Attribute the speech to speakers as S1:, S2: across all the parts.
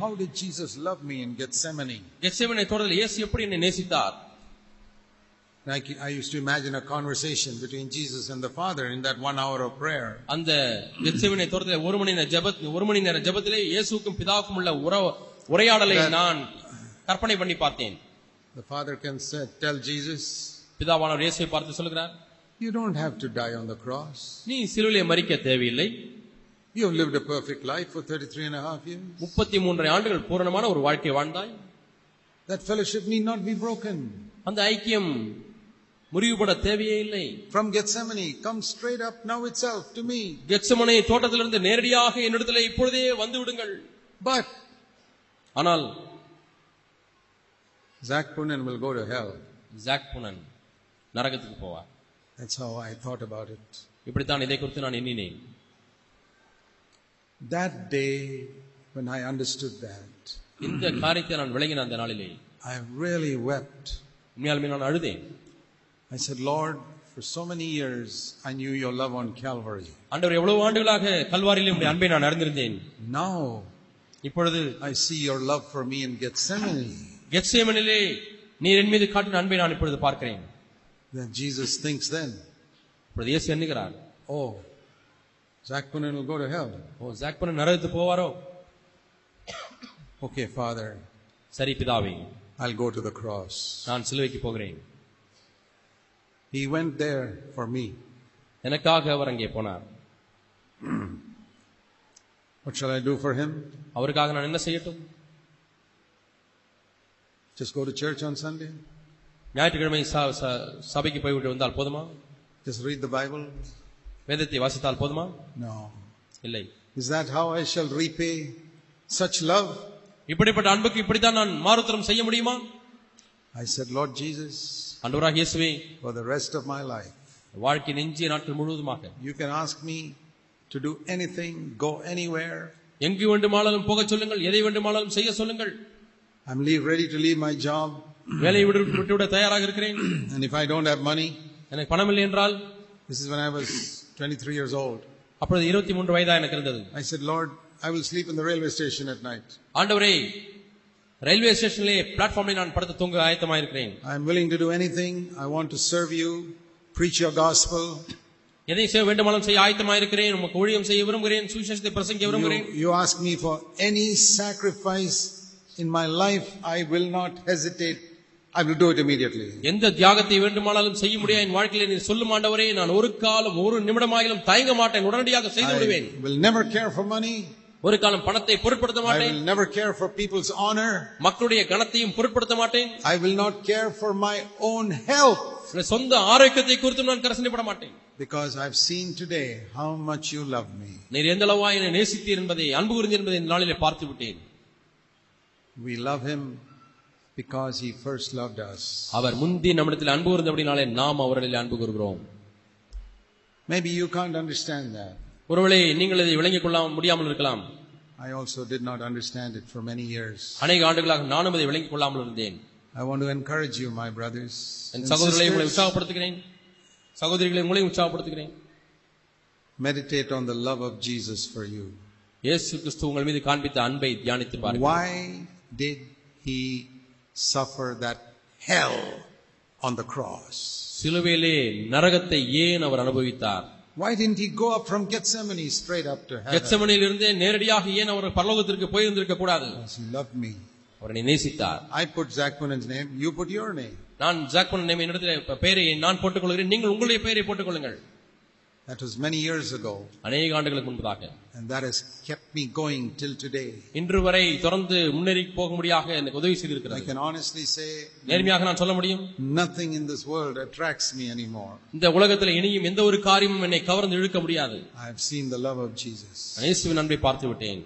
S1: How did Jesus love me in Gethsemane?
S2: கெத்செமனை தோட்டத்தில் இயேசு எப்படி என்னை நேசித்தார்
S1: I, ca- I used to imagine a conversation between Jesus and the Father in that one hour of prayer.
S2: அந்த கெத்செமனை தோட்டத்தில் ஒரு மணி நேர ஜெபத் ஒரு மணி நேர ஜெபத்திலே இயேசுக்கும் பிதாவுக்கும் உள்ள உறவு உரையாடலை நான் கற்பனை பண்ணி பார்த்தேன்
S1: The Father can say, tell Jesus,
S2: பிதாவானவர் இயேசுவை பார்த்து சொல்லுகிறார்
S1: You don't have to die on the cross.
S2: நீ சிலுவையை மறிக்க தேவையில்லை
S1: You've lived a perfect life for 33 and a half years.
S2: முப்பத்தி மூன்றரை ஆண்டுகள் பூரணமான ஒரு வாழ்க்கை வாழ்ந்தாய்
S1: That fellowship need not be broken.
S2: அந்த ஐக்கியம் முறிவுபட தேவையே இல்லை
S1: From Gethsemane, come straight up now itself to me.
S2: கெட்சமனை தோட்டத்திலிருந்து நேரடியாக என்னிடத்துல இப்பொழுதே வந்து விடுங்கள்
S1: But
S2: ஆனால்
S1: Zach Poonen will go to hell.
S2: Zach Poonen நரகத்துக்கு போவார்
S1: That's how I thought about it.
S2: இப்படித்தான் இதை குறித்து நான் எண்ணினேன்
S1: That day, when I understood that,
S2: இந்த காரியத்தை நான் விளங்கின அந்த நாளிலே
S1: I really wept.
S2: உண்மையாலுமே நான் அழுதேன்
S1: I said, Lord, for so many years I knew your love on Calvary.
S2: ஆண்டவர் எவ்வளவு ஆண்டுகளாக கல்வாரியிலே உடைய அன்பை நான் அறிந்திருந்தேன்
S1: Now
S2: இப்பொழுது
S1: I see your love for me in Gethsemane.
S2: கெட்சேமனிலே நீர் என் மீது காட்டின அன்பை நான் இப்பொழுது பார்க்கிறேன்
S1: Then Jesus thinks then,
S2: இப்பொழுது இயேசு எண்ணுகிறார்
S1: oh, Zach Poonen will go to hell.
S2: ஓ ஜாக் புனன் நரகத்துக்கு போவாரோ
S1: Okay, Father,
S2: சரி பிதாவே
S1: I'll go to the cross.
S2: நான் சிலுவைக்கு போகிறேன்
S1: He went there for me.
S2: எனக்காக அவர் அங்கே போனார்
S1: What shall I do for him?
S2: அவருக்காக நான் என்ன செய்யட்டும்
S1: Just go to church on Sunday?
S2: ஞாயிற்றுக்கிழமை ச- ச- சபைக்கு போய்விட்டு வந்தால் போதுமா
S1: Just read the Bible?
S2: வேதத்தை வாசித்தால் போதுமா
S1: No.
S2: இல்லை
S1: Is that how I shall repay such love?
S2: இப்படிப்பட்ட அன்புக்கு இப்படித்தான் நான் மாறுத்தரம் செய்ய முடியுமா
S1: I said, Lord Jesus,
S2: அன்பராக இயேசுவே
S1: for the rest of my life,
S2: வாழ்க்கை நெஞ்சிய நாட்கள் முழுவதுமாக
S1: you can ask me to do anything, go anywhere.
S2: எங்கு வேண்டுமானாலும் போகச் சொல்லுங்கள் எதை வேண்டுமானாலும் செய்ய சொல்லுங்கள்
S1: I'm leave, ready to leave my job.
S2: வேலையை விடு விட்டுவிட தயாராக இருக்கிறேன்
S1: And if I don't have money,
S2: எனக்கு பணம் இல்லை என்றால்
S1: this is when I was 23 years old.
S2: அப்பொழுது இருபத்தி மூன்று வயதா எனக்கு இருந்தது
S1: I said, Lord, I will sleep in the railway station at night.
S2: ஆண்டவரே ரயில்வே ஸ்டேஷனிலே பிளாட்ஃபார்மில் நான் படுத்து தூங்க ஆயத்தமாக இருக்கிறேன்
S1: I'm willing to do anything. I want to serve you, preach your gospel.
S2: எதை செய்ய வேண்டுமானாலும் செய்ய ஆயத்தமாக இருக்கிறேன் உமக்கு ஊழியம் செய்ய விரும்புகிறேன் சுவிசேஷத்தை பிரசங்கிக்க
S1: You,
S2: விரும்புகிறேன்
S1: you ask me for any sacrifice in my life, I will not hesitate. I will do it immediately.
S2: எந்த தியாகத்தை வேண்டுமானாலும் செய்ய முடியாது என் வாழ்க்கையில நீ சொல்லும் ஆண்டவரே நான் ஒரு காலம் ஒரு நிமிடமாயிலும் தயங்க மாட்டேன் உடனடியாக செய்து விடுவேன்
S1: I will never care for money.
S2: ஒரு காலம் பணத்தை பொருட்படுத்த
S1: I
S2: மாட்டேன்
S1: will never care for people's honor.
S2: மக்களுடைய கணத்தையும் பொருட்படுத்த மாட்டேன்
S1: I will not care for my own health
S2: என்னுடைய சொந்த ஆரோக்கியத்தை குறித்தும் நான் கரசனைப்பட மாட்டேன்
S1: because I've seen today how much you love me.
S2: நீர் எந்த அளவா என்னை நேசித்தீர் என்பதை அன்பு கூர்ந்தீர் என்பதை இந்த நாளிலே பார்த்து விட்டேன்
S1: We love him because he first loved us.
S2: அவர் முந்தி நம்மிடத்தில் அன்பு கூர்ந்தபடினாலே நாம் அவர்களில் அன்பு கூறுகிறோம்
S1: Maybe you can't understand that.
S2: ஒருவேளை நீங்கள் இதை விளங்கிக் கொள்ள முடியாமல் இருக்கலாம்
S1: I also did not understand it for many years.
S2: அநேக ஆண்டுகளாக நானும் இதை விளங்கிக் கொள்ளாமல் இருந்தேன்
S1: I want to encourage you, my brothers.
S2: N
S1: and
S2: சகோதரர்களை உங்களை
S1: sisters.
S2: உற்சாகப்படுத்துகிறேன் சகோதரிகளை உங்களையும் உற்சாகப்படுத்துகிறேன்
S1: Meditate on the love of Jesus for you.
S2: இயேசு கிறிஸ்து உங்கள் மீது காண்பித்த அன்பை தியானித்து பாருங்கள்
S1: Why did he suffer that hell on the cross?
S2: சிலுவையிலே நரகத்தை ஏன் அவர் அனுபவித்தார்
S1: Why didn't he go up from Gethsemane straight up to heaven?
S2: கெட்சமனில் இருந்தே நேரடியாக ஏன் அவர் பரலோகத்திற்கு போயிருந்திருக்க கூடாது
S1: Because he loved me.
S2: அவர் என்னை நேசித்தார்
S1: I put Zach Poonan's name, you put your name.
S2: நான் ஜாக் பண்ண நேம் என்னிடத்தில் இப்ப பெயரை நான் போட்டுக்கொள்கிறேன் நீங்கள் உங்களுடைய பெயரை போட்டுக்கொள்ளுங்கள்
S1: That was many years ago,
S2: அநேக ஆண்டுகளுக்கு முன்பதாக
S1: and that has kept me going till today.
S2: இன்று வரை தொடர்ந்து முன்னேறி போகும்படியாக எனக்கு உதவி
S1: I
S2: செய்திருக்கிறது
S1: can honestly say
S2: நேர்மையாக நான் சொல்ல முடியும்
S1: nothing in this world attracts me anymore.
S2: இந்த உலகத்தில் இனியும் எந்த ஒரு காரியமும் என்னை கவர்ந்து இழுக்க முடியாது
S1: I've seen the love of Jesus.
S2: நான் இயேசுவின் அன்பை பார்த்து விட்டேன்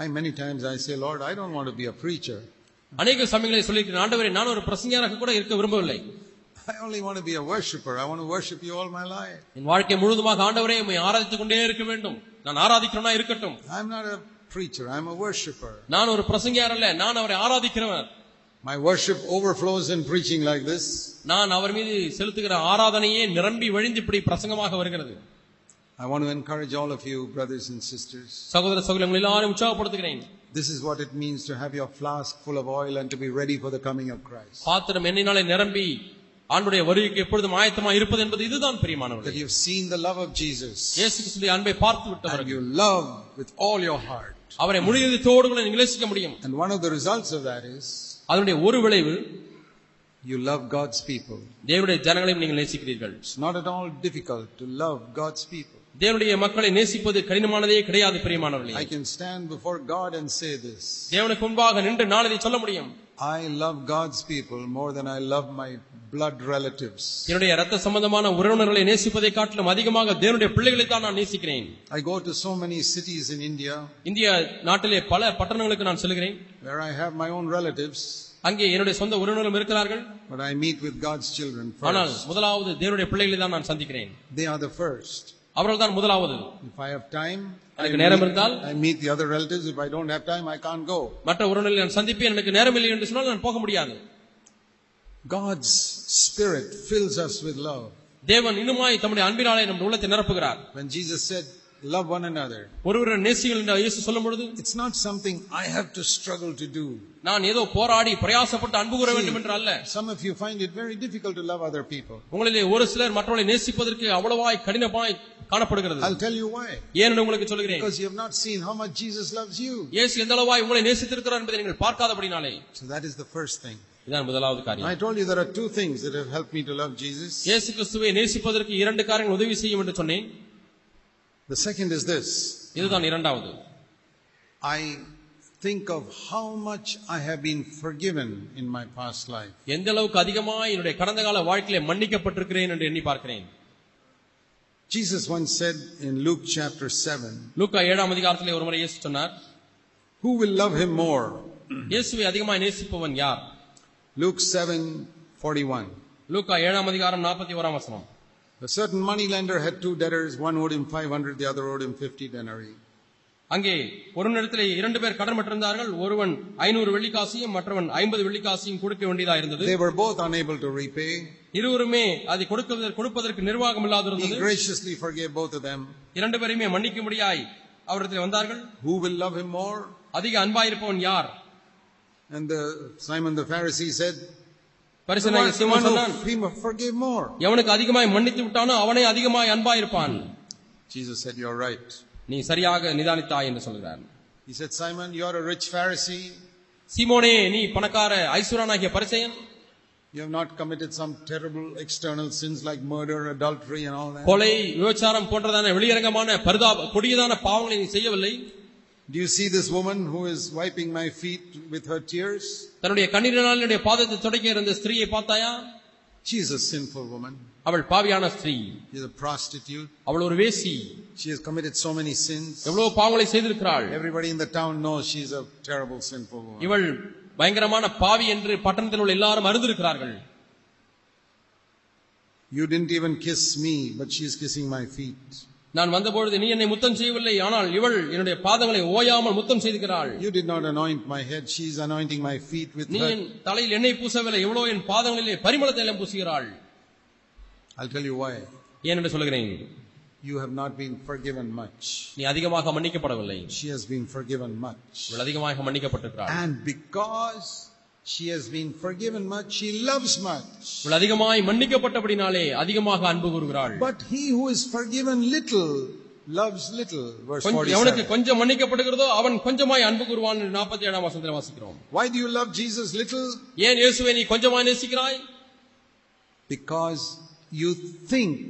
S1: I many times I say, Lord, I don't want to be a preacher.
S2: அநேக சமயங்களை சொல்லியிருக்கிறேன் ஆண்டவரே நான் ஒரு பிரசங்கியாராக கூட இருக்க விரும்பவில்லை
S1: I only want to be a worshiper. I want to worship you all my life.
S2: என் வாழ்க்கை முழுவதுமாக ஆண்டவரே உம்மை ஆராதித்துக் கொண்டே இருக்க வேண்டும் நான் ஆராதிக்கிறவனா இருக்கட்டும்
S1: I'm not a preacher. I'm a worshiper.
S2: நான் ஒரு பிரசங்கியார் அல்ல நான் அவரை ஆராதிக்கிறவன்
S1: My worship overflows in preaching like this.
S2: நான் அவர் மீது செலுத்துகிற ஆராதனையே நிரம்பி வழிந்து இப்படி பிரசங்கமாக வருகிறது
S1: I want to encourage all of you, brothers and sisters.
S2: சகோதர சகோதரங்களை எல்லாரும் உற்சாகப்படுத்துகிறேன்
S1: This is what it means to have your flask full of oil and to be ready for the coming of Christ.
S2: பாத்திரம் எண்ணினாலே நிரம்பி ஆண்டுடைய வருகைக்கு எப்பொழுதும் ஆயத்தமா இருப்பது என்பது இதுதான்
S1: That
S2: பிரியமானவர்களே
S1: you've seen the love of Jesus
S2: இயேசு கிறிஸ்துடைய அன்பை பார்த்து
S1: and
S2: விட்டவர்கள்
S1: you love with all your heart.
S2: அவரை முழுதத்தோடு கூட நீங்கள் நேசிக்க முடியும்
S1: And one of the results of that is
S2: அதனுடைய ஒரு விளைவு
S1: you love God's people.
S2: தேவனுடைய ஜனங்களையும் நீங்கள் நேசிக்கிறீர்கள்
S1: It's not at all difficult to love God's people.
S2: தேவனுடைய மக்களை நேசிப்பது கடினமானதே கிடையாது பிரியமானவர்களே
S1: I can stand before God and say this.
S2: தேவனுக்கு முன்பாக நின்று நான் இதை சொல்ல முடியும்
S1: I love God's people more than I love my blood relatives.
S2: என்னுடைய ரத்த சம்பந்தமான உறவினர்களை நேசிப்பதை காட்டிலும் அதிகமாக தேவனுடைய பிள்ளைகளை தான் நான் நேசிக்கிறேன்
S1: I go to so many cities in India
S2: இந்திய நாட்டிலே பல பட்டணங்களுக்கு நான் செல்கிறேன்
S1: where I have my own relatives,
S2: அங்கே என்னுடைய சொந்த உறவினர்களும் இருக்கிறார்கள்
S1: but I meet with God's children
S2: ஆனால்
S1: first.
S2: முதலாவது தேவனுடைய பிள்ளைகளை தான் நான் சந்திக்கிறேன்
S1: They are the first.
S2: அவர்கள் தான் முதலாவது
S1: If I have time, I
S2: எனக்கு நேரம்
S1: meet,
S2: இருந்தால்
S1: I meet the other relatives. If I don't have time, I can't go.
S2: மற்ற உறவினர்களை நான் சந்திப்பேன் எனக்கு நேரம் இல்லை என்று சொன்னால் நான் போக முடியாது
S1: God's Spirit fills us with love.
S2: தேவன் இன்னுமாய் தம்முடைய அன்பினாலே நம் உள்ளத்தை நிரப்புகிறார்
S1: When Jesus said, Love one another,
S2: ஒருவர் நேசிகள் என்று இயேசு சொல்லும் பொழுது
S1: it's not something I have to struggle to do.
S2: நான் ஏதோ போராடி பிரயாசப்பட்டு அன்பு கூற வேண்டும் என்று அல்ல
S1: Some of you find it very difficult to love other people.
S2: உங்களிலே ஒரு சிலர் மற்றவர்களை நேசிப்பதற்கு அவ்வளவாய் கடினமாய் காணப்படுகிறது
S1: I'll tell you why.
S2: ஏன் உங்களுக்கு சொல்கிறேன்
S1: Because you have not seen how much Jesus loves you.
S2: இயேசு எந்த அளவாய் உங்களை நேசித்திருக்கிறார் என்பதை நீங்கள் பார்க்காதபடினாலே
S1: So that is the first thing.
S2: இதான் முதலாவது
S1: And I
S2: காரியம்
S1: told you there are two things that have helped me to love Jesus.
S2: இயேசு கிறிஸ்துவை நேசிப்பதற்கு இரண்டு காரியங்கள் உதவி செய்யும் என்று சொன்னேன்
S1: The second is this
S2: இதுதான் இரண்டாவது
S1: I think of how much I have been forgiven in my past life.
S2: எந்த அளவுக்கு அதிகமாய் என்னுடைய கடந்த கால வாழ்க்கையிலே மன்னிக்கப்பட்டிருக்கிறேன் என்று எண்ணி பார்க்கிறேன்
S1: Jesus once said in Luke chapter 7,
S2: லூக்கா ஏழாம் அதிகாரத்திலே ஒருமுறை இயேசு சொன்னார்
S1: Who will love him more?
S2: இயேசுவை அதிகமாய் நேசிப்பவன் யார்
S1: Luke 7 41.
S2: லூக்கா ஏழாம் அதிகாரம் நாற்பத்தி ஓராம் வசனம்
S1: A certain moneylender had two debtors, one owed him 500, the other owed him 50 denarii.
S2: அங்கே ஒரு நேரத்திலே இரண்டு பேர் கடன் பெற்றிருந்தார்கள் ஒருவன் ஐநூறு வெள்ளிக்காசையும் மற்றவன் ஐம்பது வெள்ளிக்காசையும் கொடுக்க வேண்டியதா இருந்தது
S1: They were both unable to repay.
S2: இருவருமே அதை கொடுக்க- கொடுப்பதற்கு நிர்வாகம்
S1: He
S2: இல்லாதிருந்தது
S1: graciously forgave both of them.
S2: இரண்டு பேருமே மன்னிக்கும்படியாய் அவரிடத்தில் வந்தார்கள்
S1: Who will love him more?
S2: அதிக அன்பாயிருப்பவன் யார்
S1: And the, Simon the Pharisee said, The
S2: பரிசனாகி
S1: one, the one
S2: சீமோன் சொன்னான்
S1: who he forgave more.
S2: எவனுக்கு அதிகமாய் மன்னித்து விட்டானோ அவனே அதிகமாய் அன்பாயிருப்பான்
S1: Jesus said, You're right.
S2: நீ சரியாக நிதானித்தாய் என்று சொல்கிறார்
S1: He said, Simon, you're a rich Pharisee.
S2: சீமோனே நீ பணக்கார ஐஸ்வரனாகிய பரிசையன்
S1: You have not committed some terrible external sins like murder, adultery, and all that.
S2: கொலை விபச்சாரம் போன்றதான வெளியரங்கமான பரிதாப கொடியதான பாவங்களை நீ செய்யவில்லை
S1: Do you see this woman who is wiping my feet with her tears?
S2: தன்னுடைய கண்ணீரினால் என்னுடைய பாதத்தை துடைக்க இருந்த ஸ்திரீயை பார்த்தாயா
S1: She's a sinful woman.
S2: அவள் பாவியான ஸ்திரீ
S1: She's a prostitute.
S2: அவள் ஒரு வேசி
S1: She has committed so many sins.
S2: எவ்வளவு பாவங்களை செய்திருக்கிறாள்
S1: Everybody in the town knows she's a terrible sinful woman.
S2: இவள் பயங்கரமான பாவி என்று பட்டணத்தில் உள்ள எல்லாரும் அறிந்திருக்கிறார்கள்
S1: You didn't even kiss me, but she's kissing my feet.
S2: நான் வந்தபொழுது நீ என்னை முத்தம் செய்யவில்லை ஆனால் இவள் என்னுடைய பாதங்களை ஓயாமல் முத்தம் செய்கிறாள்
S1: You did not anoint my head. She's anointing my feet with
S2: நீ
S1: her
S2: என் தலையில் எண்ணெய் பூசவில்லை இவ்வளோ என் பாதங்களிலே பரிமள தைலம் பூசுகிறாள்
S1: I'll tell you why.
S2: ஏன் என்று சொல்கிறேன்
S1: You have not been forgiven much.
S2: நீ அதிகமாக மன்னிக்கப்படவில்லை
S1: She has been forgiven much.
S2: இவள் அதிகமாக மன்னிக்கப்பட்டிருக்கிறாள்
S1: And because she has been forgiven much, she loves much.
S2: இவள் அதிகமாய் மன்னிக்கப்பட்டபடினாலே அதிகமாக அன்பு கூறுகிறாள்
S1: But he who is forgiven little loves little. Verse
S2: கொஞ்சம் எவனுக்கு
S1: 47.
S2: கொஞ்சம் மன்னிக்கப்படுகிறதோ அவன் கொஞ்சமாய் அன்பு கூறுவான் என்று நாற்பத்தி ஏழாம் வசனத்தில் வாசிக்கிறோம்
S1: Why do you love Jesus little?
S2: ஏன் இயேசுவை நீ கொஞ்சமாய் நேசிக்கிறாய்
S1: Because you think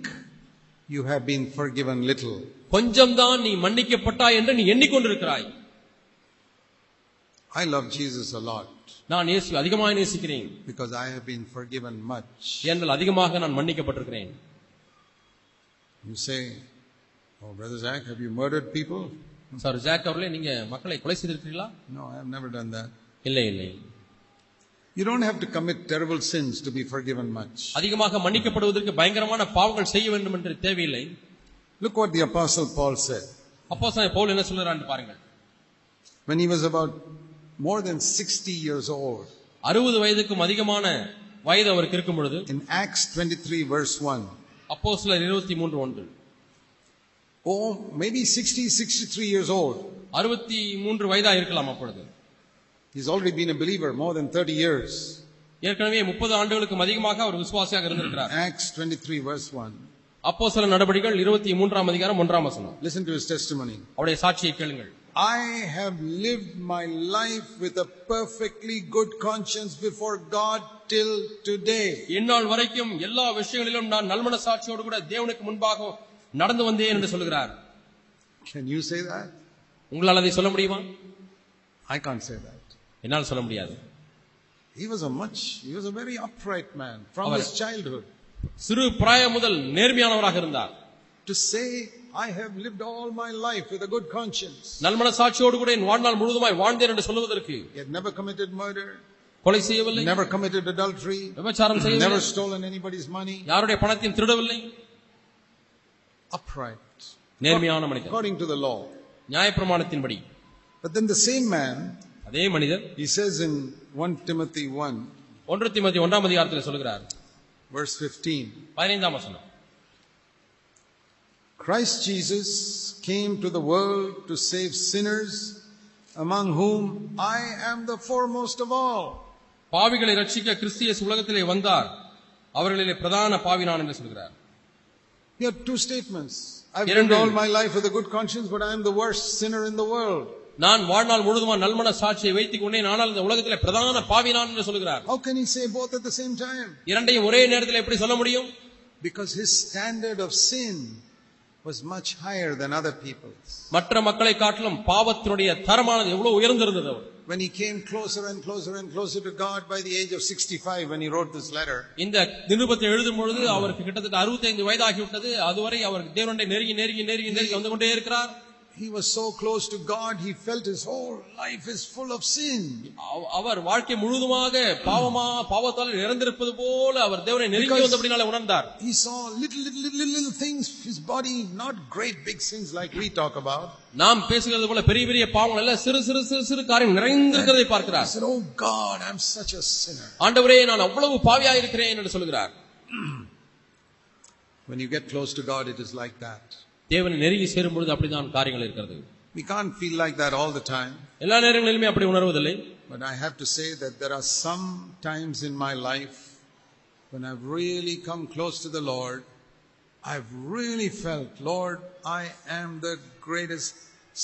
S1: you have been forgiven little.
S2: கொஞ்சம் தான் நீ மன்னிக்கப்பட்டாய் என்று நீ எண்ணிக்கொண்டிருக்கிறாய்
S1: I love Jesus a lot
S2: நான் இயேசு அதிகமாய் நேசிக்கிறேன்
S1: because I have been forgiven much.
S2: ஏனென்றால் அதிகமாக நான் மன்னிக்கப்பட்டிருக்கிறேன்
S1: You say, Oh, Brother Zach, have you murdered people?
S2: Sir Zach அவர்களே நீங்க மக்களை கொலை செய்திருக்கிறீர்களா
S1: No, I have never done that.
S2: இல்லை இல்லை
S1: You don't have to commit terrible sins to be forgiven much.
S2: அதிகமாக மன்னிக்கப்படுவதற்கு பயங்கரமான பாவங்கள் செய்ய வேண்டும் என்று தேவையில்லை
S1: Look what the Apostle Paul said.
S2: அப்போ பவுல் என்ன சொல்றான்னு பாருங்கள்
S1: When he was about more than 60 years old,
S2: அறுபது வயதுக்கும் அதிகமான வயது அவருக்கு இருக்கும் பொழுது
S1: in Acts 23, verse 1,
S2: அப்போ சிலர் இருபத்தி மூன்று ஒன்று
S1: or maybe 60, 63 years old,
S2: அறுபத்தி மூன்று வயதா இருக்கலாம் அப்பொழுது
S1: He's already been a believer more than 30 years.
S2: ஏற்கனவே முப்பது ஆண்டுகளுக்கும் அதிகமாக அவர் விசுவாசியாக இருந்திருக்கிறார்
S1: Acts 23, verse 1.
S2: அப்போ சில நடவடிக்கைகள் இருபத்தி மூன்றாம் அதிகாரம் ஒன்றாம் வசனம்
S1: Listen to his testimony.
S2: அவருடைய சாட்சியை கேளுங்கள்
S1: I have lived my life with a perfectly good conscience before God till today.
S2: இந்நாள் வரைக்கும் எல்லா விஷயங்களிலும் நான் நல்மன சாட்சியோடு கூட தேவனுக்கு முன்பாக நடந்து வந்தேன் என்று சொல்கிறார்
S1: Can you say that?
S2: உங்களால் அதை சொல்ல முடியுமா
S1: I can't say that.
S2: என்னால் சொல்ல முடியாது
S1: He was a much, he was a very upright man from
S2: our-
S1: his childhood.
S2: சிறு பிராயம் முதல் நேர்மையானவராக இருந்தார்
S1: To say, I have lived all my life with a good conscience.
S2: நல்மன சாட்சியோடு கூட என் வாழ்நாள் முழுவதுமாய் வாழ்ந்தேன் என்று சொல்லுவதற்கு
S1: He had never committed murder,
S2: கொலை செய்யவில்லை
S1: never committed adultery,
S2: விபச்சாரம்
S1: never
S2: செய்யவில்லை
S1: stolen anybody's money.
S2: யாருடைய பணத்தையும் திருடவில்லை
S1: Upright,
S2: நேர்மையான மனிதர்
S1: according to the law.
S2: நியாயப்பிரமாணத்தின்படி
S1: But then the same man,
S2: அதே மனிதர்
S1: he says in 1 Timothy 1,
S2: ஒன்று திமோதி ஒன்றாம் அதிகாரத்தில் சொல்கிறார்
S1: verse 15.
S2: பதினைந்தாம் வசனம்
S1: Christ Jesus came to the world to save sinners, among whom I am the foremost of all.
S2: பாவிகளை ரட்சிக்க கிறிஸ்து இயேசு உலகத்திலே வந்தார் அவர்களிலே பிரதான பாவி நான் என்று சொல்கிறார்
S1: You have two statements. I've
S2: Here
S1: lived
S2: and
S1: all
S2: there.
S1: my life with a good conscience, but I am the worst sinner in the world.
S2: நான் வாழ்நாள் முழுதுமா நல்மன சாட்சியை வைத்துக் கொண்டேன் ஆனால் இந்த உலகத்திலே பிரதான பாவி நான் என்று சொல்கிறார்
S1: How can he say both at the same time?
S2: இரண்டையும் ஒரே நேரத்தில் எப்படி சொல்ல முடியும்
S1: Because his standard of sin was much higher than other people's.
S2: மற்ற மக்களை காட்டிலும் பாவத்தினுடைய தரமானது எவ்வளவு உயர்ந்திருந்தது அவர்
S1: When he came closer and closer and closer to God by the age of 65 when he wrote this letter,
S2: இந்த நிருபத்தை எழுதும் பொழுது அவருக்கு கிட்டத்தட்ட 65 வயதாகிவிட்டது அதுவரை அவர் தேவனுடைய நெருங்கி நெருங்கி நெருங்கி நெருங்கி வந்து கொண்டே இருக்கிறார்
S1: he was so close to God, he felt his whole life is full of sin.
S2: அவ- அவர் வாழ்க்கை முழுதுமாக பாவமா பாவத்தால் நிறைந்திருப்பது போல அவர் தேவனை நெருங்கி
S1: Because-
S2: வந்து அப்படினால உணர்ந்தார்
S1: He saw little, little, little, little things, his body, not great big sins like we talk about.
S2: நாம் பேசுகிறது போல பெரிய பெரிய பாவங்கள் அல்ல சிறு சிறு சிறு சிறு காரியம் நிறைந்திருக்கிறதை
S1: He
S2: பார்க்கிறார்
S1: said, Oh God, I'm such a sinner.
S2: ஆண்டவரே நான் அவ்வளவு பாவியா இருக்கிறேன் என்று சொல்கிறார்
S1: When you get close to God, it is like that.
S2: தேவனை நெருங்கி சேரும் பொழுது அப்படிதான் காரியங்கள் இருக்கிறது
S1: We can't feel like that all the time,
S2: எல்லா நேரங்களிலுமே அப்படி உணர்வதில்லை
S1: but I have to say that there are some times in my life when I've really come close to the Lord, I've really felt, Lord, I am the greatest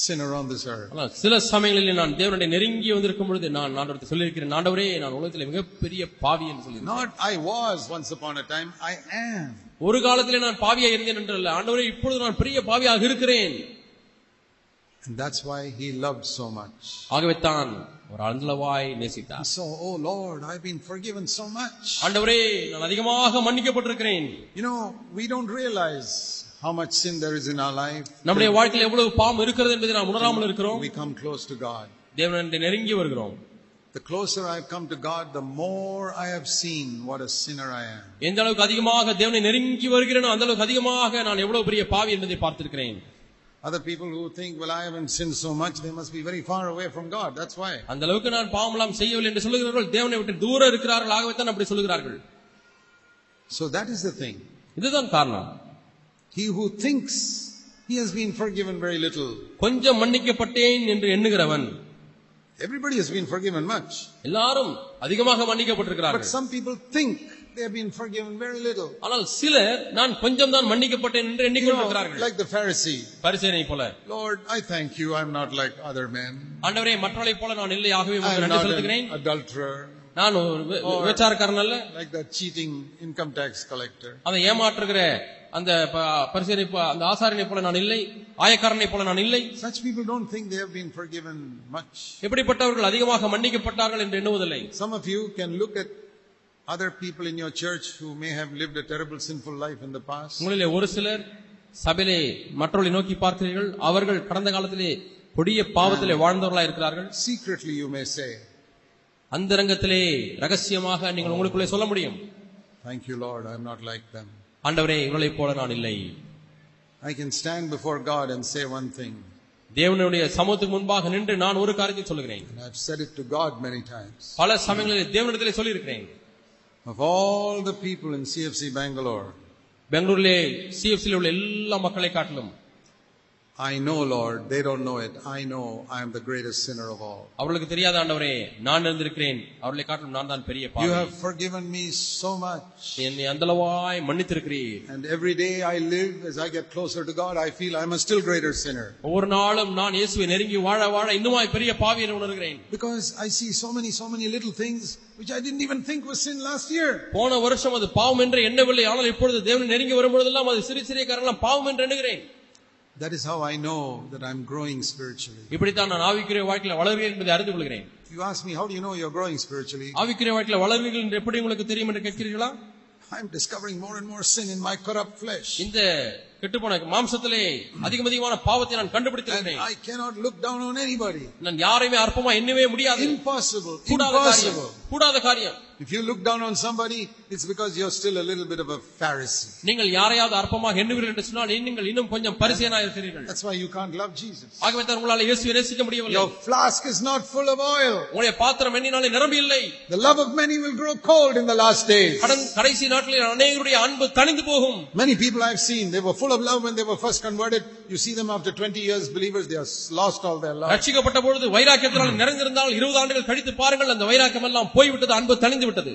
S1: sinner on this earth.
S2: ஆனால் சில சமயங்களில் நான் தேவனுடைய நெருங்கி வந்திருக்கும் பொழுது நான் ஆண்டவரத்தை சொல்லியிருக்கிறேன் ஆண்டவரே நான் உலகத்தில் மிகப்பெரிய பாவி என்று சொல்லியிருந்தேன்
S1: Not I was once upon a time, I am.
S2: ஒரு காலத்திலே நான் பாவியா இருந்தேன் என்று அல்ல ஆண்டவரே இப்பொழுது நான் பெரிய பாவியாக இருக்கிறேன்
S1: And that's why he loved so much.
S2: ஆகவே தான் ஒரு அந்தளவாய் நேசித்தார்
S1: So, oh Lord, I've been forgiven so much.
S2: ஆண்டவரே நான் அதிகமாக மன்னிக்கப்பட்டிருக்கிறேன்
S1: You know, we don't realize how much sin there is in our life.
S2: நம்முடைய வாழ்க்கையில் எவ்வளவு பாவம் இருக்கிறது என்பதை நாம் உணராமல் இருக்கிறோம்
S1: We come close to God.
S2: தேவனை நெருங்கி வருகிறோம்
S1: The closer I've come to God, the more I have seen what a sinner I am.
S2: எந்த அளவுக்கு அதிகமாக தேவனை நெருங்கி வருகிறேனோ அந்த அளவுக்கு அதிகமாக நான் எவ்வளவு பெரிய பாவி என்பதை பார்த்திருக்கிறேன்
S1: Other people who think, well, I haven't sinned so much, they must be very far away from God. That's why.
S2: அந்த அளவுக்கு நான் பாவமெல்லாம் செய்யவில்லை என்று சொல்லுகிறவர்கள் தேவனை விட்டு தூரம் இருக்கிறார்கள் ஆகவே தான் அப்படி சொல்லுகிறார்கள்
S1: So that is the thing.
S2: இதுதான் காரணம்
S1: He who thinks he has been forgiven very little.
S2: கொஞ்சம் மன்னிக்கப்பட்டேன் என்று எண்ணுகிறவன்
S1: Everybody has been forgiven much.
S2: எல்லாரும் அதிகமாக
S1: But
S2: மன்னிக்கப்பட்டிருக்கிறார்கள்
S1: some people think they have been forgiven very little.
S2: ஆனால் சிலர் நான் கொஞ்சம் தான் மன்னிக்கப்பட்டேன்
S1: You
S2: என்று
S1: know,
S2: எண்ணிக்கொண்டிருக்கிறார்கள்
S1: like the Pharisee.
S2: பரிசேனை போல
S1: Lord, I thank you. I'm not like other men.
S2: ஆண்டவரே மற்றவளைப் போல நான் இல்லை ஆகவே உங்களுக்கு
S1: I'm
S2: நன்றி
S1: not
S2: செலுத்துகிறேன்
S1: an Oh. adulterer,
S2: நான் ஒரு வி- வி- விபச்சாரக்காரன் அல்ல
S1: like that cheating income tax collector.
S2: அதை ஏமாற்றுகிற அந்த ப- பரிசேனை போ- அந்த ஆசாரியனை போல நான் இல்லை ஆயக்காரனை போல நான் இல்லை
S1: Such people don't think they have been forgiven much.
S2: எப்படிப்பட்டவர்கள் அதிகமாக மன்னிக்கப்பட்டார்கள் என்று எண்ணுவதில்லை
S1: Some of you can look at other people in your church who may have lived a terrible sinful life in the past.
S2: உங்களிலே ஒரு சிலர் சபையிலே மற்றவர்களை நோக்கி பார்க்கிறீர்கள் அவர்கள் கடந்த காலத்திலே கொடிய பாவத்திலே வாழ்ந்தவர்களா இருக்கிறார்கள்
S1: Secretly, you may say,
S2: அந்த ரங்கத்திலே ரகசியமாக நீங்கள் உங்களுக்குள்ளே சொல்ல முடியும்
S1: Thank you, Lord, I'm not like them.
S2: ஆண்டவரே இவர்களைப் போல நான் இல்லை
S1: I can stand before God and say one thing,
S2: தேவனுடைய சமூகத்துக்கு முன்பாக நின்று நான் ஒரு காரியத்தை சொல்கிறேன்
S1: and I've said it to God many times.
S2: பல சமயங்களில் தேவனிடத்திலே சொல்லியிருக்கிறேன்
S1: Of all the people in CFC Bangalore,
S2: பெங்களூரிலே சிஎஃப்சியில் உள்ள எல்லா மக்களை காட்டிலும்
S1: I know, Lord, they don't know it. I know I am the greatest sinner of all.
S2: அவர்களுக்கு தெரியாத ஆண்டவரே நான் இருந்திருக்கிறேன் அவர்களை காட்டிலும் நான் தான் பெரிய
S1: You
S2: பாவி
S1: have forgiven me so much.
S2: என்னை அந்தளவாய் மன்னித்திருக்கிறீர்
S1: And every day I live, as I get closer to God, I feel I'm a still greater sinner.
S2: ஒவ்வொரு நாளும் நான் இயேசுவை நெருங்கி வாழ வாழ இன்னுமாய் பெரிய பாவி என உணர்கிறேன்
S1: Because I see so many, so many little things which I didn't even think was sin last year.
S2: போன வருஷம் அது பாவம் என்று எண்ணவில்லை ஆனால் இப்பொழுது தேவனை நெருங்கி வரும்பொழுதெல்லாம் அது சிறு சிறிய காரணம் பாவம் என்று எண்ணுகிறேன்
S1: That is how I know that I'm growing spiritually.
S2: இப்படித்தான் நான் ஆவிக்குரிய வாழ்க்கையில வளர்கிறேன் என்பதை அறிந்து கொள்கிறேன்
S1: You ask me, how do you know you're growing spiritually?
S2: ஆவிக்குரிய வாழ்க்கையில வளர்வீர்கள் என்று எப்படி உங்களுக்கு தெரியும் என்று கேட்கிறீர்களா
S1: I'm discovering more and more sin in my corrupt flesh.
S2: இந்த கெட்டுப்போன மாம்சத்திலே அதிகம் அதிகமான பாவத்தை நான்
S1: And
S2: கண்டுபிடித்திருக்கிறேன்
S1: I cannot look down on anybody.
S2: நான் யாரையுமே அற்பமா எண்ணவே முடியாது
S1: Impossible.
S2: கூடாத காரியம்
S1: Impossible.
S2: கூடாத காரியம்
S1: If you look down on somebody, it's because you're still a little bit of a Pharisee.
S2: நீங்கள் யாரையாவது அற்பமாக எண்ணுவீர்கள் என்று சொன்னால் நீங்கள் இன்னும் கொஞ்சம் பரிசையனா இருக்கிறீர்கள்
S1: That's why you can't love Jesus.
S2: ஆகவே தான் உங்களால இயேசுவை நேசிக்க முடியவில்லை
S1: Your flask is not full of oil.
S2: உங்களுடைய பாத்திரம் எண்ணினாலே நிரம்பி இல்லை
S1: The love of many will grow cold in the last days.
S2: கடன் கடைசி நாட்களில் அநேகருடைய அன்பு தணிந்து போகும்
S1: Many people I've seen, they were full of love when they were first converted. You see them after 20 years, believers, they have lost all their love.
S2: ரட்சிக்கப்பட்ட பொழுது வைராக்கியத்தினால் நிறைந்திருந்தால் இருபது ஆண்டுகள் கழித்து பாருங்கள் அந்த வைராக்கியம் எல்லாம் போய்விட்டது அன்பு தணிந்து விட்டது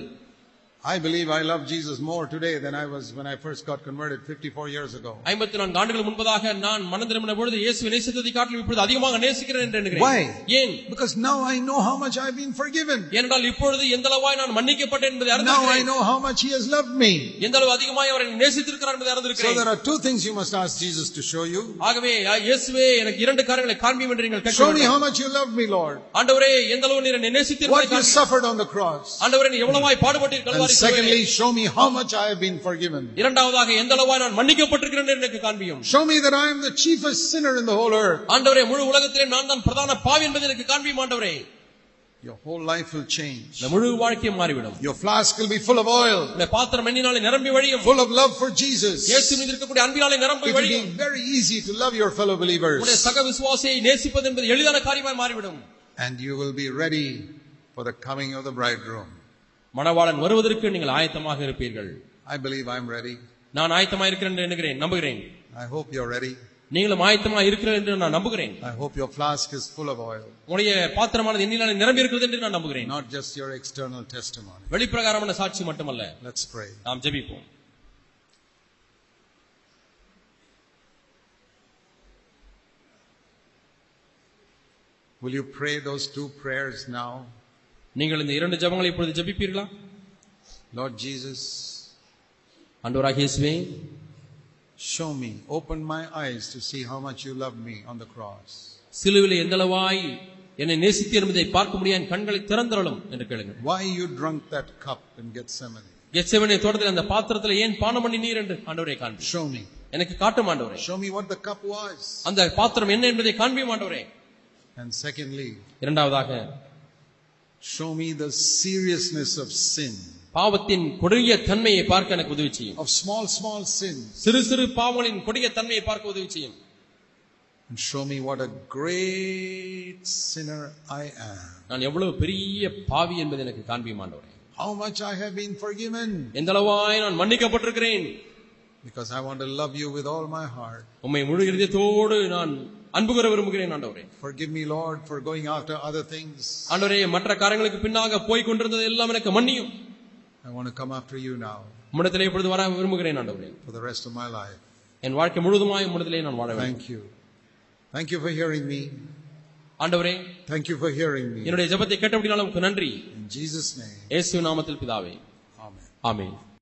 S1: I believe I love Jesus more today than I was when I first got converted 54 years ago.
S2: ஐம்பத்தி நான்கு ஆண்டுகள் முன்பதாக நான் மனம் திரும்பின பொழுது இயேசுவை நேசித்ததை காட்டிலும் இப்பொழுது அதிகமாக நேசிக்கிறேன் என்று எண்ணுகிறேன்
S1: Why?
S2: ஏன்
S1: Because now I know how much I've been forgiven.
S2: ஏனென்றால் இப்பொழுது எந்த அளவாய் நான் மன்னிக்கப்பட்டேன் என்பதை
S1: Now I
S2: அறிந்திருக்கிறேன்
S1: know how much He has loved me.
S2: எந்த அளவு அதிகமாய் அவரை நேசித்திருக்கிறார் என்பதை
S1: So there
S2: அறிந்திருக்கிறேன்
S1: are two things you must ask Jesus to show you.
S2: ஆகவே இயேசுவே எனக்கு இரண்டு காரியங்களை காண்பியும் என்று நீங்கள் கேட்க
S1: Show me
S2: வேண்டும்.
S1: how much you loved me, Lord.
S2: ஆண்டவரே எந்த அளவு நீர் என்னை
S1: What you
S2: நேசித்தீர்கள்
S1: suffered on the cross.
S2: ஆண்டவரே நீ எவ்வளவாய் பாடுபட்டீர்
S1: And
S2: கல்வாரி சிலுவையிலே.
S1: secondly, show me how much I have been forgiven.
S2: இரண்டாவதாக எந்த அளவாய் நான் மன்னிக்கப்பட்டிருக்கிறேன் என்று எனக்கு காண்பியும்
S1: Show me that I am the chiefest sinner in the whole earth.
S2: ஆண்டவரே முழு உலகத்திலே நான் தான் பிரதான பாவி என்பதை எனக்கு காண்பியும் ஆண்டவரே
S1: Your whole life will change.
S2: இந்த முழு வாழ்க்கையும் மாறிவிடும்
S1: Your flask will be full of oil,
S2: இந்த பாத்திரம் எண்ணினாலே நிரம்பி வழியும்
S1: full of love for Jesus.
S2: இயேசு மீது இருக்கக்கூடிய அன்பினாலே நிரம்பி
S1: It will be
S2: வழியும்
S1: very easy to love your fellow
S2: உங்களுடைய
S1: believers.
S2: சக விசுவாசியை நேசிப்பது என்பது எளிதான காரியமாய் மாறிவிடும்
S1: And you will be ready for the coming of the bridegroom.
S2: மணவாளன் வருவதற்கு நீங்கள் ஆயத்தமாக இருப்பீர்கள்
S1: I believe I'm ready.
S2: நான் ஆயத்தமாக இருக்கிறேன் என்று எண்ணுகிறேன் நம்புகிறேன்
S1: I hope you're ready.
S2: நீங்களும் ஆயத்தமாக இருக்கிறேன் என்று நான் நம்புகிறேன்
S1: I hope your flask is full of oil,
S2: உங்களுடைய பாத்திரமானது எண்ணினாலே நிரம்பி இருக்கிறது என்று நான் நம்புகிறேன்
S1: not just your external testimony.
S2: வெளிப்பிரகாரமான சாட்சி மட்டுமல்ல
S1: Let's pray.
S2: நாம் ஜெபிப்போம்
S1: Will you pray those two prayers now?
S2: நீங்கள் இந்த இரண்டு ஜெபங்களை இப்பொழுது ஜெபிப்பீர்களா
S1: Lord Jesus,
S2: ஆண்டவராக இயேசுவே
S1: show me, open my eyes to see how much you love me on the cross.
S2: சிலுவிலே எந்தளவாய் என்னை நேசித்து என்பதை பார்க்க முடியாது என் கண்களை திறந்தரலும் என்று கேளுங்கள்
S1: Why you drunk that cup in Gethsemane?
S2: எச்சவனை தோட்டத்தில் அந்த பாத்திரத்தில் ஏன் பானம் பண்ணி நீர் என்று ஆண்டவரை காண்பி
S1: Show me.
S2: எனக்கு காட்டும் ஆண்டவரே
S1: Show me what the cup was.
S2: அந்த பாத்திரம் என்ன என்பதை காண்பியும் ஆண்டவரே
S1: And secondly,
S2: இரண்டாவதாக
S1: show me the seriousness of sin,
S2: பாவத்தின் கொடிய தன்மையை பார்க்க எனக்கு உதவி செய்யும்
S1: of small, small sins.
S2: சிறு சிறு பாவங்களின் கொடிய தன்மையை பார்க்க உதவி செய்யும்
S1: And show me what a great sinner I am.
S2: நான் எவ்வளவு பெரிய பாவி என்பதை எனக்கு காண்பியும் ஆண்டவரே
S1: How much I have been forgiven.
S2: எந்த அளவாய் நான் மன்னிக்கப்பட்டிருக்கிறேன்
S1: Because I want to love you with all my heart.
S2: உம்மை முழு இருதயத்தோடு நான் அன்பு கூற விரும்புகிறேன் ஆண்டவரே
S1: Forgive me, Lord, for going after other things.
S2: ஆண்டவரே மற்ற காரியங்களுக்கு பின்னாக போய் கொண்டிருந்தது எல்லாம் எனக்கு மன்னியும்
S1: I want to come after you now
S2: உம்மிடத்திலே இப்பொழுது வர விரும்புகிறேன் ஆண்டவரே
S1: for the rest of my life.
S2: என் வாழ்க்கை முழுதுமாய் உம்மிடத்திலே நான் வாழ வேண்டும்
S1: Thank you. Thank you for hearing me.
S2: ஆண்டவரே
S1: Thank you for hearing me.
S2: என்னுடைய ஜெபத்தை கேட்டபடினால உமக்கு நன்றி
S1: In Jesus' name,
S2: இயேசு நாமத்தில் பிதாவே
S1: Amen.
S2: ஆமென்